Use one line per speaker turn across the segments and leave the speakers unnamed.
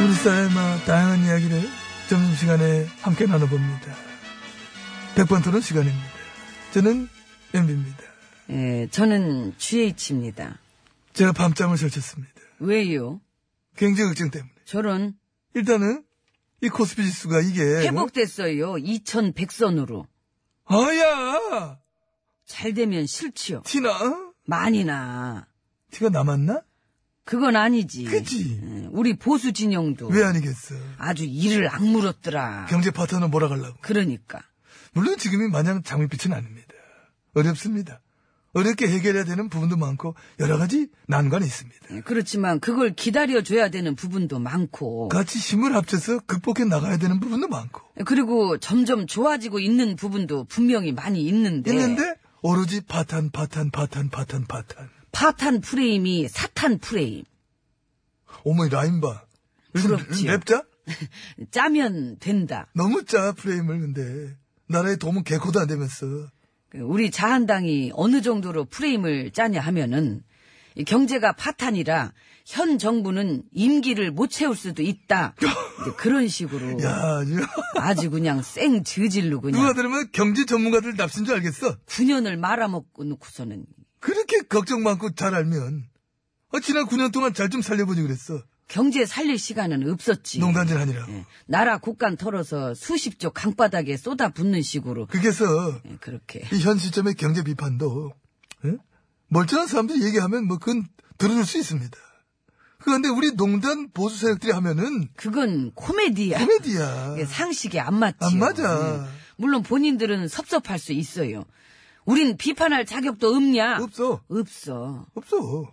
우리 사회마 다양한 이야기를 점심시간에 함께 나눠봅니다. 백반토론 시간입니다. 저는 연비입니다.
예, 저는 GH입니다.
제가 밤잠을 설쳤습니다.
왜요?
굉장히 걱정 때문에.
저런
일단은 이 코스피 지수가 이게
회복됐어요. 2100선으로.
어? 아야
잘 되면 싫지요.
티나
많이 나.
티가 남았나?
그건 아니지.
그치?
예, 우리 보수 진영도
왜 아니겠어?
아주 이를 악물었더라.
경제 파트너 몰아가려고.
그러니까.
물론 지금이 마냥 장밋빛은 아닙니다. 어렵습니다. 어렵게 해결해야 되는 부분도 많고 여러 가지 난관이 있습니다.
예, 그렇지만 그걸 기다려줘야 되는 부분도 많고.
같이 힘을 합쳐서 극복해 나가야 되는 부분도 많고
예, 그리고 점점 좋아지고 있는 부분도 분명히 많이 있는데.
있는데 오로지 파탄 파탄 파탄 파탄 파탄
파탄 프레임이 사탄 프레임.
어머니 라인 봐 요즘
부럽지요.
랩자?
짜면 된다.
너무 짜 프레임을 근데 나라의 도움은 개코도 안 되면서
그 우리 자한당이 어느 정도로 프레임을 짜냐 하면은 이 경제가 파탄이라 현 정부는 임기를 못 채울 수도 있다. 이제 그런 식으로
야 이거
아주 그냥 쌩 저질로
누가
그냥
들으면 경제 전문가들 납신 줄 알겠어
9년을 말아먹고 놓고서는
그렇게 걱정 많고 잘 알면 아, 지난 9년 동안 잘 좀 살려보지 그랬어
경제 살릴 시간은 없었지.
농단질 아니라고
예, 나라 곳간 털어서 수십조 강바닥에 쏟아붓는 식으로
그래서
예, 그렇게
이 현 시점의 경제 비판도 예? 멀쩡한 사람들이 얘기하면 뭐 그건 들어줄 수 있습니다. 그런데 우리 농단 보수 세력들이 하면은
그건 코미디야.
코미디야.
예, 상식이 안 맞지.
안 맞아.
물론 본인들은 섭섭할 수 있어요. 우린 비판할 자격도 없냐?
없어.
없어.
없어.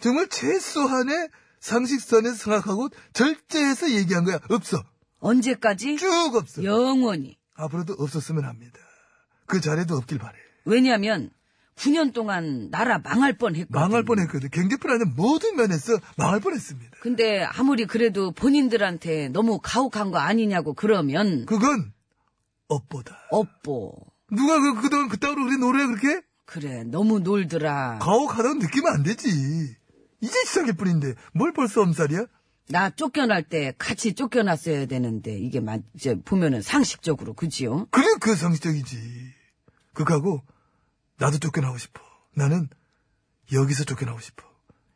정말 최소한의 상식선에서 생각하고 절제해서 얘기한 거야. 없어.
언제까지?
쭉 없어.
영원히.
앞으로도 없었으면 합니다. 그 자리도 없길 바래.
왜냐면 9년 동안 나라 망할 뻔했거든.
망할 뻔했거든. 경제 불안은 모든 면에서 망할 뻔했습니다.
근데 아무리 그래도 본인들한테 너무 가혹한 거 아니냐고 그러면
그건 업보다.
업보.
누가 그, 그동안 그따위로 우리 노래 그렇게
그래 너무 놀더라.
아. 가혹하다고 느끼면 안 되지. 이제 시작일 뿐인데 뭘 벌써 엄살이야?
나 쫓겨날 때 같이 쫓겨났어야 되는데 이게 마, 이제 보면은 상식적으로 그지요?
그래 그 상식적이지. 그거하고 나도 쫓겨나고 싶어. 나는 여기서 쫓겨나고 싶어.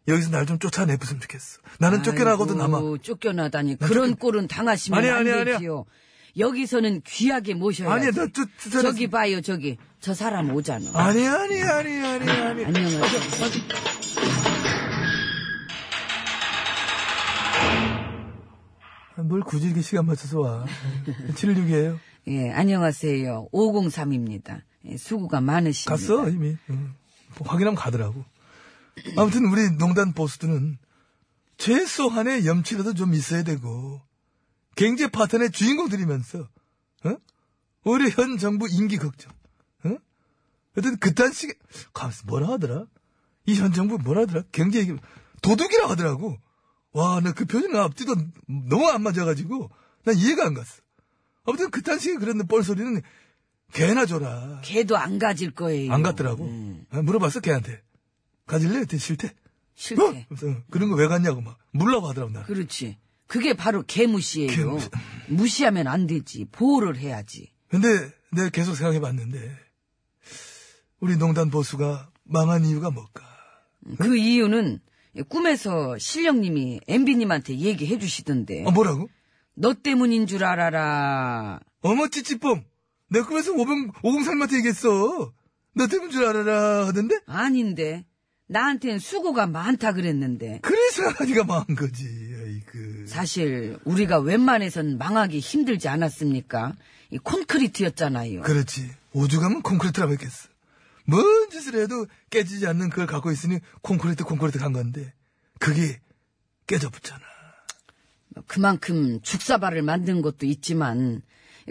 여기서 날 좀 쫓아내봤으면 좋겠어. 나는 쫓겨나고도 남아.
아이고, 쫓겨나다니 그런 꼴은 당하시면
아니야,
안
아니야, 아니야.
되지요. 여기서는 귀하게 모셔야
아니야 나 쫓, 쫓아내.
저기 봐요 저기 저 사람 오잖아.
아니 아니 아니 아니 아니.
안녕하세요.
뭘 굳이 이렇게 시간 맞춰서 와. 76이에요.
예 안녕하세요. 503입니다. 수고가 많으십니다.
갔어 이미 응. 뭐 확인하면 가더라고 아무튼 우리 농단 보수들은 최소한의 염치라도 좀 있어야 되고 경제 파탄의 주인공들이면서 어? 오히려 현 정부 임기 걱정 어? 하여튼 그딴 식의 가만있어, 뭐라 하더라 이 현 정부 뭐라 하더라 경제 얘기 도둑이라 하더라고 와 나 그 표정 앞뒤도 너무 안 맞아가지고 난 이해가 안 갔어 아무튼 그딴 식의 그런 뻘소리는 개나 줘라
걔도 안 가질 거예요.
안 갔더라고.
음,
아, 물어봤어, 걔한테. 가질래? 그때 싫대.
싫대.
어? 그래서 그런 거 왜 갔냐고 막. 물라고 하더라고, 나.
그렇지. 그게 바로 개무시예요.
개무시.
무시하면 안 되지. 보호를 해야지.
근데 내가 계속 생각해 봤는데, 우리 농단 보수가 망한 이유가 뭘까?
그 이유는 꿈에서 실령님이 MB님한테 얘기해 주시던데.
아, 뭐라고?
너 때문인 줄 알아라.
어머, 찌찌뽕. 내 꿈에서 오공, 오공살마한테 얘기했어. 너 때문 줄 알아라 하던데?
아닌데. 나한텐 수고가 많다 그랬는데.
그래서 하니가 망한 거지. 아이고.
사실 우리가 웬만해선 망하기 힘들지 않았습니까? 이 콘크리트였잖아요.
그렇지. 오죽하면 콘크리트라고 했겠어. 뭔 짓을 해도 깨지지 않는 그걸 갖고 있으니 콘크리트 콘크리트 간 건데 그게 깨져붙잖아.
그만큼 죽사발을 만든 것도 있지만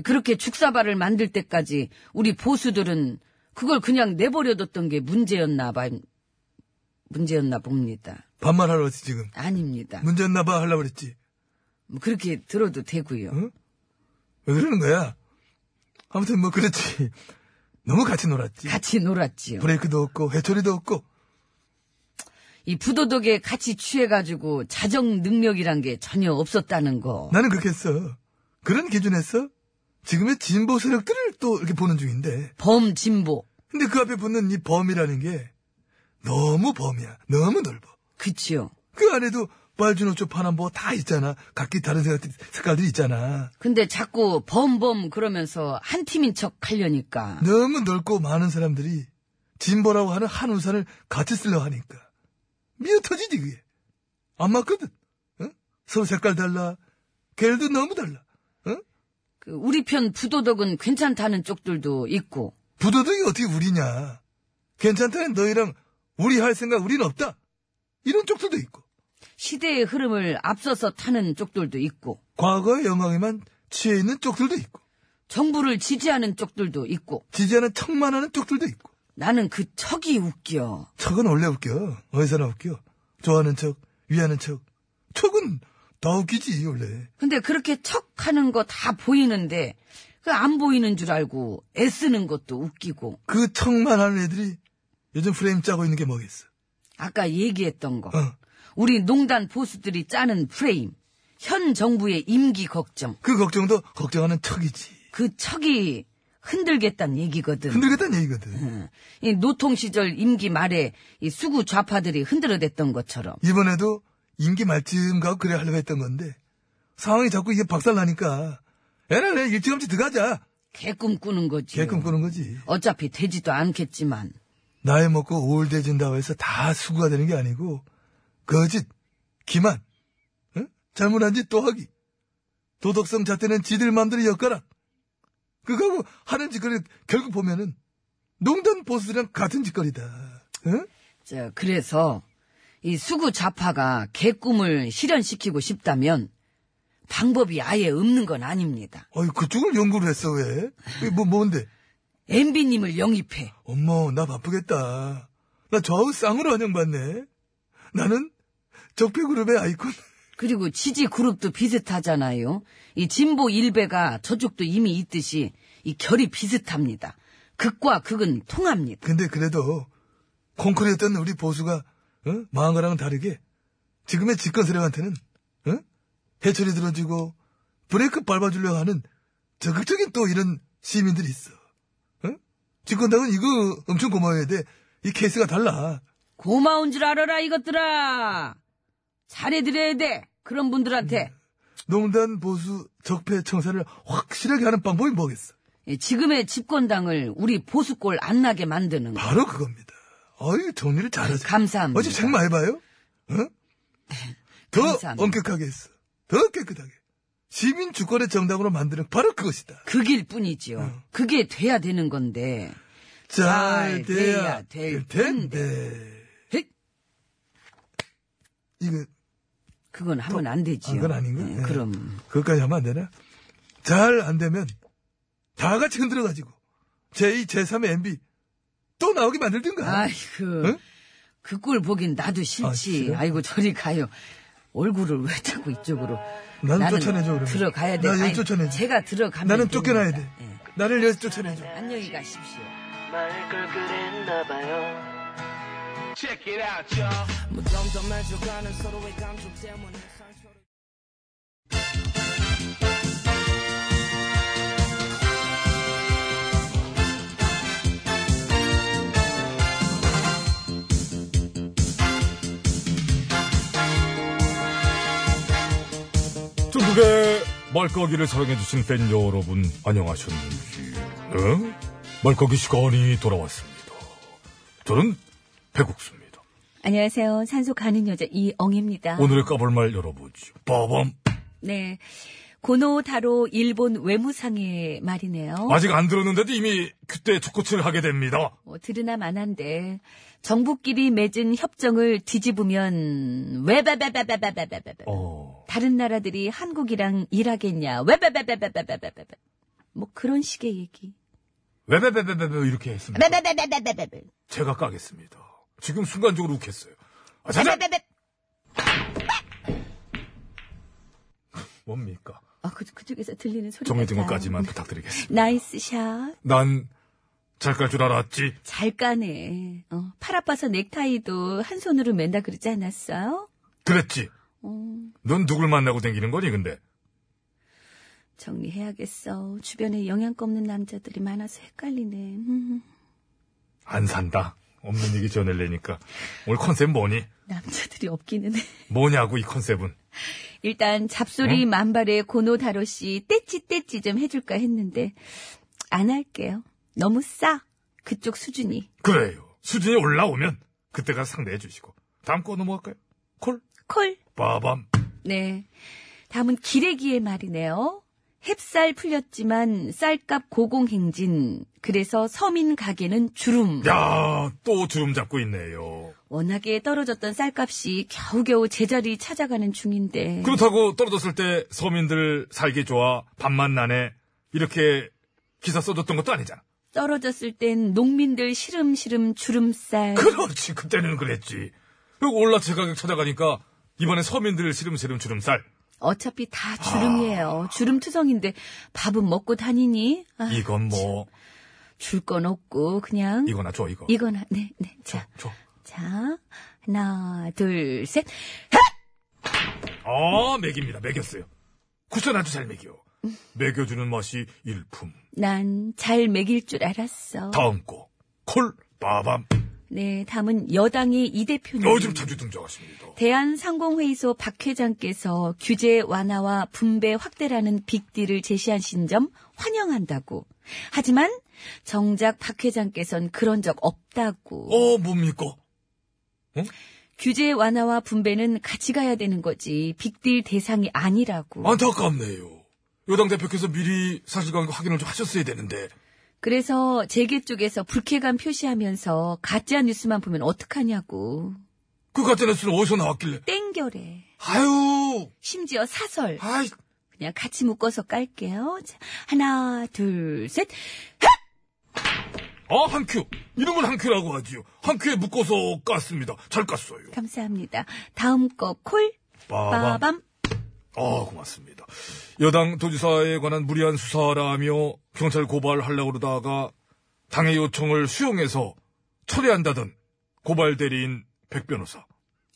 그렇게 죽사발을 만들 때까지 우리 보수들은 그걸 그냥 내버려뒀던 게 문제였나 봐 문제였나 봅니다.
반말하러 왔지 지금.
아닙니다.
문제였나 봐 하려고 그랬지.
뭐 그렇게 들어도 되고요.
응? 왜 그러는 거야? 아무튼 뭐 그렇지. 너무 같이 놀았지.
같이 놀았지요.
브레이크도 없고 회초리도 없고
이 부도덕에 같이 취해가지고 자정 능력이란 게 전혀 없었다는 거.
나는 그렇게 했어. 그런 기준에서 지금의 진보 세력들을 또 이렇게 보는 중인데
범 진보.
근데 그 앞에 붙는 이 범이라는 게 너무 범이야. 너무 넓어.
그치요.
그 안에도 빨주노초 파남보 다 있잖아. 각기 다른 생각, 색깔들이 있잖아.
근데 자꾸 범범 그러면서 한 팀인 척 하려니까.
너무 넓고 많은 사람들이 진보라고 하는 한 우산을 같이 쓰려고 하니까. 미어터지지 그게. 안 맞거든. 어? 서로 색깔 달라. 걔들도 너무 달라. 어?
그 우리 편 부도덕은 괜찮다는 쪽들도 있고.
부도덕이 어떻게 우리냐. 괜찮다는 너희랑 우리 할 생각 우리는 없다. 이런 쪽들도 있고.
시대의 흐름을 앞서서 타는 쪽들도 있고.
과거의 영광에만 취해 있는 쪽들도 있고.
정부를 지지하는 쪽들도 있고.
지지하는 척만 하는 쪽들도 있고.
나는 그 척이 웃겨.
척은 원래 웃겨. 어디서나 웃겨. 좋아하는 척, 위하는 척. 척은 다 웃기지, 원래.
근데 그렇게 척 하는 거 다 보이는데, 그 안 보이는 줄 알고 애쓰는 것도 웃기고.
그 척만 하는 애들이 요즘 프레임 짜고 있는 게 뭐겠어.
아까 얘기했던 거.
어.
우리 농단 보수들이 짜는 프레임. 현 정부의 임기 걱정.
그 걱정도 걱정하는 척이지.
그 척이 흔들겠다는 얘기거든.
흔들겠다는 얘기거든.
응. 이 노통 시절 임기 말에 이 수구 좌파들이 흔들어댔던 것처럼.
이번에도 임기 말쯤 가고 그래 하려고 했던 건데 상황이 자꾸 이게 박살나니까 애는 그냥 일찌감치 들어가자.
개꿈 꾸는 거지.
개꿈 꾸는 거지.
어차피 되지도 않겠지만.
나이 먹고 우울대진다고 해서 다 수구가 되는 게 아니고 거짓, 기만, 응? 잘못한 짓 또 하기. 도덕성 잣대는 지들 맘대로 엮어라. 그거하고 하는 짓거리 결국 보면은 농단 보수랑 같은 짓거리다. 응?
자, 그래서 이 수구 좌파가 개꿈을 실현시키고 싶다면 방법이 아예 없는 건 아닙니다.
어이 그쪽을 연구를 했어 왜? 이게 뭐 뭔데?
MB님을 영입해.
엄마, 나 바쁘겠다. 나 좌우 쌍으로 환영받네. 나는 적폐그룹의 아이콘.
그리고 지지 그룹도 비슷하잖아요. 이 진보 일배가 저쪽도 이미 있듯이 이 결이 비슷합니다. 극과 극은 통합니다.
근데 그래도 콘크리트였던 우리 보수가 어? 망한 거랑은 다르게 지금의 집권 세력한테는 어? 해철이 들어주고 브레이크 밟아주려고 하는 적극적인 또 이런 시민들이 있어. 어? 집권당은 이거 엄청 고마워야 돼. 이 케이스가 달라.
고마운 줄 알아라 이것들아. 잘해드려야 돼. 그런 분들한테.
농단 보수 적폐 청산을 확실하게 하는 방법이 뭐겠어?
예, 지금의 집권당을 우리 보수꼴 안 나게 만드는 거.
바로 그겁니다. 어이 정리를 잘하지. 아,
감사합니다.
어제 책 많이 봐요. 어? 더
감사합니다.
엄격하게 했어. 더 깨끗하게. 시민 주권의 정당으로 만드는 바로 그것이다.
그길
어.
뿐이지요. 그게 돼야 되는 건데.
잘
잘
돼야
돼야
될
될
텐데.
헥!
이거
그건 하면 안 되지요.
아, 그건 아닌가?
예,
네.
그럼
그것까지 하면 안 되나? 잘 안 되면 다 같이 흔들어 가지고 제2, 제3의 MB 또 나오게 만들든가.
아이고
응?
그 꼴 보긴 나도 싫지.
아,
아, 이고 저리 가요. 얼굴을 왜 자꾸 이쪽으로?
난
나는
쫓아내줘, 그러면.
들어가야 돼.
나 여기
아니,
쫓아내줘.
제가 들어가면
나는
됩니다.
쫓겨나야 돼.
예.
나를 여기서 쫓아내줘.
안녕히 가십시오.
걸 그랬나 봐요.
아
중국의 말까기를 사랑해주신 팬 여러분, 안녕하셨는지. 네? 말까기 시간이 돌아왔습니다. 저는 배국수입니다.
안녕하세요. 산소 가는 여자 이엉입니다.
오늘의 까불말 열어보죠. 빠밤!
네. 고노 다로 일본 외무상의 말이네요.
아직 안 들었는데도 이미 그때 족구치를 하게 됩니다.
뭐 들으나 마난데 정부끼리 맺은 협정을 뒤집으면 왜바바바바바바바바
어.
다른 나라들이 한국이랑 일하겠냐 왜바바바바바바바바 뭐 그런 식의 얘기.
왜베베베베베 이렇게
네,
했습니다.
바바바바바바바
제가 까겠습니다. 지금 순간적으로 욱했어요. 아, 자자!
바바바바
뭡니까?
아, 그, 그쪽에서 들리는 소리.
정해진 것까지만 부탁드리겠습니다.
나이스 샷.
난 잘 깔 줄 알았지.
잘 까네. 어, 팔 아파서 넥타이도 한 손으로 맨다 그러지 않았어요? 어,
그랬지. 넌 누굴 만나고 댕기는 거니 근데?
정리해야겠어. 주변에 영양가 없는 남자들이 많아서 헷갈리네. 음,
안 산다. 없는 얘기 지어내려니까. 오늘 컨셉 뭐니?
남자들이 없기는 해.
뭐냐고 이 컨셉은.
일단
네?
잡소리 만발의 고노 다로 씨 떼찌 떼찌 좀 해줄까 했는데 안 할게요. 너무 싸. 그쪽 수준이.
그래요. 수준이 올라오면 그때 가서 상대해 주시고. 다음 거 넘어갈까요? 콜?
콜.
빠밤.
네. 다음은 기레기의 말이네요. 햅쌀 풀렸지만 쌀값 고공행진. 그래서 서민 가게는 주름.
야, 또 주름 잡고 있네요.
워낙에 떨어졌던 쌀값이 겨우겨우 제자리 찾아가는 중인데.
그렇다고 떨어졌을 때 서민들 살기 좋아, 밥만 나네. 이렇게 기사 써줬던 것도 아니잖아.
떨어졌을 땐 농민들 시름시름 주름쌀.
그렇지, 그때는 그랬지. 그리고 올라체 가격 찾아가니까 이번에 서민들 시름시름 주름살.
어차피
아.
다 주름이에요. 주름투성인데 밥은 먹고 다니니? 아,
이건 뭐,
줄 건 없고 그냥
이거나 줘, 이거.
이거나 네, 네. 자.
줘.
자. 하나, 둘, 셋.
아, 먹입니다. 먹였어요. 쿠션 아주 잘 먹여. 먹여주는 맛이 일품.
난 잘 먹일 줄 알았어.
다음 거. 콜, 빠밤.
네, 다음은 여당의 이 대표님.
요즘 자주 등장하십니다.
대한상공회의소 박 회장께서 규제 완화와 분배 확대라는 빅딜을 제시하신 점 환영한다고. 하지만 정작 박 회장께선 그런 적 없다고.
어, 뭡니까?
규제 완화와 분배는 같이 가야 되는 거지 빅딜 대상이 아니라고.
어? 안타깝네요. 여당 대표께서 미리 사실관계 확인을 좀 하셨어야 되는데.
그래서 재계 쪽에서 불쾌감 표시하면서 가짜 뉴스만 보면 어떡하냐고.
그 같은 뉴스는 어디서 나왔길래.
땡겨래.
아유,
심지어 사설.
아이,
그냥 같이 묶어서 깔게요. 자, 하나, 둘, 셋.
아, 한 큐. 이런 걸 한 큐라고 하지요. 한 큐에 묶어서 깠습니다. 잘 깠어요.
감사합니다. 다음 거 콜.
빠밤.
빠밤.
아, 고맙습니다. 여당 도지사에 관한 무리한 수사라며 경찰 고발하려고 그러다가 당의 요청을 수용해서 철회한다던 고발 대리인 백 변호사.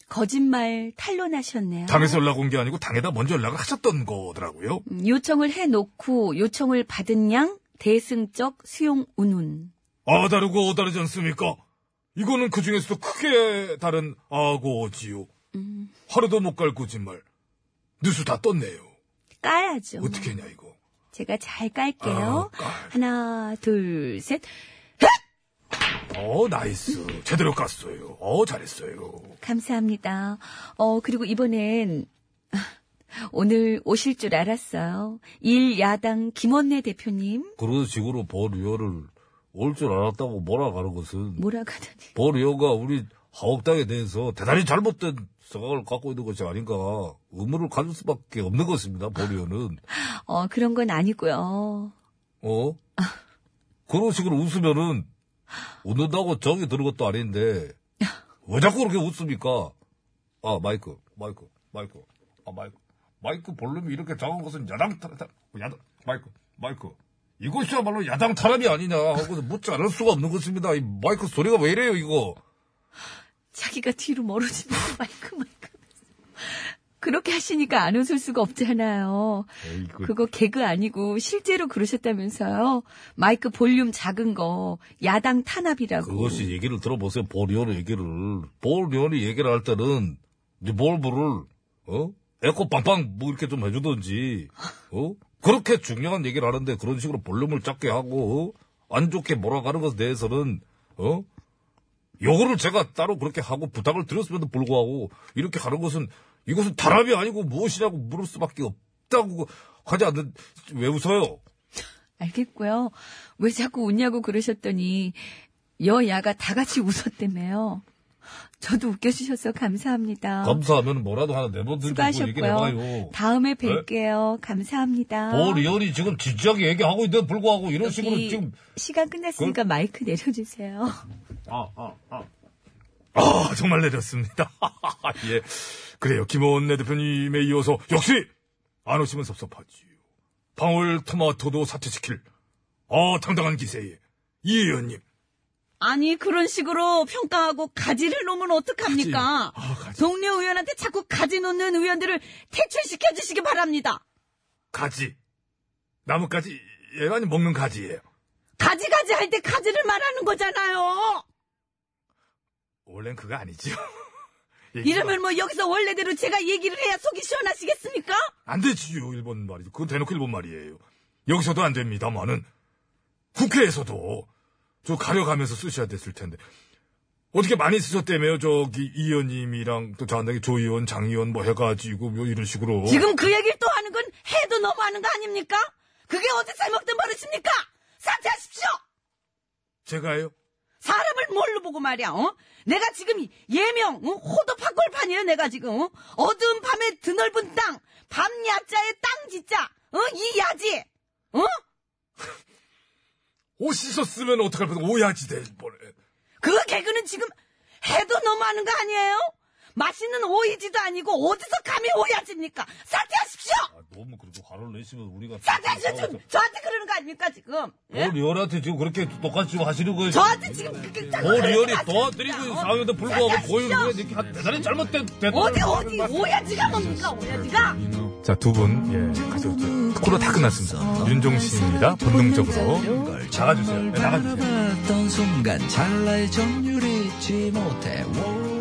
거짓말 탄론하셨네요.
당에서 연락 온 게 아니고 당에다 먼저 연락을 하셨던 거더라고요.
음, 요청을 해놓고 요청을 받은 양 대승적 수용 운운.
아, 다르고 어 다르지 않습니까? 이거는 그 중에서도 크게 다른 악어지요. 하루도 못 갈 거짓말. 뉴스 다 떴네요.
까야죠.
어떻게 했냐, 이거.
제가 잘
아,
깔게요.
깔.
하나, 둘, 셋.
어, 나이스. 제대로 깠어요. 어, 잘했어요.
감사합니다. 어, 그리고 이번엔 오늘 오실 줄 알았어요. 일 야당 김원내 대표님
그런 식으로 보류어를 올 줄 알았다고 몰아가는 것은
몰아가더니
보류어가 우리 하옥당에 대해서 대단히 잘못된 생각을 갖고 있는 것이 아닌가 의무를 가질 수밖에 없는 것입니다. 보류어는
어, 그런 건 아니고요.
어 그런 식으로 웃으면은 웃는다고 정이 드는 것도 아닌데 왜 자꾸 그렇게 웃습니까? 아 마이크 마이크 마이크 아 마이크 마이크 볼륨이 이렇게 작은 것은 야당 탈 야당 마이크 마이크 이것이야말로 야당 탄압이 아니냐 하고서 묻지 않을 수가 없는 것입니다. 이 마이크 소리가 왜 이래요 이거?
자기가 뒤로 멀어지면서 마이크 마이크 그렇게 하시니까 안 웃을 수가 없잖아요.
에이구.
그거 개그 아니고 실제로 그러셨다면서요. 마이크 볼륨 작은 거 야당 탄압이라고.
그것이 얘기를 들어보세요. 보리언의 얘기를. 보리언이 얘기를 할 때는 이제 몰부를 어?
에코 빵빵 뭐 이렇게 좀 해주던지, 어? 그렇게 중요한 얘기를 하는데 그런 식으로 볼륨을 작게 하고, 어? 안 좋게 몰아가는 것에 대해서는, 어? 요거를 제가 따로 그렇게 하고 부탁을 드렸음에도 불구하고, 이렇게 가는 것은, 이것은 단합이 아니고 무엇이라고 물을 수밖에 없다고 하지 않는, 왜 웃어요?
알겠고요. 왜 자꾸 웃냐고 그러셨더니 여야가 다 같이 웃었다며요. 저도 웃겨주셔서 감사합니다.
감사하면 뭐라도 하나 내버려두고 얘기해봐요.
아. 수고하셨고요. 다음에 뵐게요. 감사합니다.
어,
뭐 리얼이 지금 진지하게 얘기하고 있는데 불구하고 이런
아. 여기
식으로 지금 그
시간 끝났으니까 마이크 내려주세요.
아 아, 아.
아, 정말 내렸습니다. 예. 그래요. 김호원 내 대표님에 이어서 역시 안 오시면 섭섭하지요. 방울 토마토도 사퇴시킬. 아, 당당한 기세에. 이 의원님.
아니 그런 식으로 평가하고 가지를 놓으면 어떡합니까?
아,
동료 의원한테 자꾸 가지 놓는 의원들을 퇴출시켜 주시기 바랍니다.
가지. 나뭇가지, 예, 아니, 먹는 가지예요.
가지 가지 할 때 가지를 말하는 거잖아요.
원래는 그거 아니지요. 얘기가
이러면 뭐 여기서 원래대로 제가 얘기를 해야 속이 시원하시겠습니까?
안 되지요, 일본 말이죠. 그건 대놓고 일본 말이에요. 여기서도 안 됩니다만은, 국회에서도, 저 가려가면서 쓰셔야 됐을 텐데. 어떻게 많이 쓰셨다며요, 저기, 이 의원님이랑, 또 저한테 조 의원, 장 의원 뭐 해가지고, 뭐 이런 식으로.
지금 그 얘기를 또 하는 건 해도 너무하는 거 아닙니까? 그게 어디 잘못된 버릇입니까? 사퇴하십시오.
제가요?
사람을 뭘로 보고 말이야, 어? 내가 지금 예명, 어? 호도 팝골판이에요, 내가 지금, 어? 어두운 밤에 드넓은 땅, 밤 야자에 땅 짓자, 어? 이 야지, 어?
오시셨으면 어떡할 뻔, 오야지 될 뻔해.
그 개그는 지금 해도 너무하는 거 아니에요? 맛있는 오이지도 아니고 어디서 감히 오야지입니까? 사퇴하십시오!
아, 너무 그렇게 화를 내시면 우리가.
사퇴하십시오! 지금 저한테 그러는 거 아닙니까, 지금? 예?
뭐 리얼한테 지금 그렇게 똑같이 하시는 거예요.
저한테 지금 그렇게 자꾸
뭐
그러는
리얼이
거 아닙니까?
도와드리고
어?
상황에도 불구하고
사퇴하십시오!
보이는 게 이렇게 한 대단히 잘못된, 대단한
어디, 어디, 오야지가 뭡니까, 오야지가?
자, 두 분, 예, 가져오죠. 코너 다 끝났습니다. 윤종신입니다. 본능적으로. 네,
걸
나가주세요. 네, 나가주세요.
바라봤던 순간 찰나의 점유를 잊지 못해 워.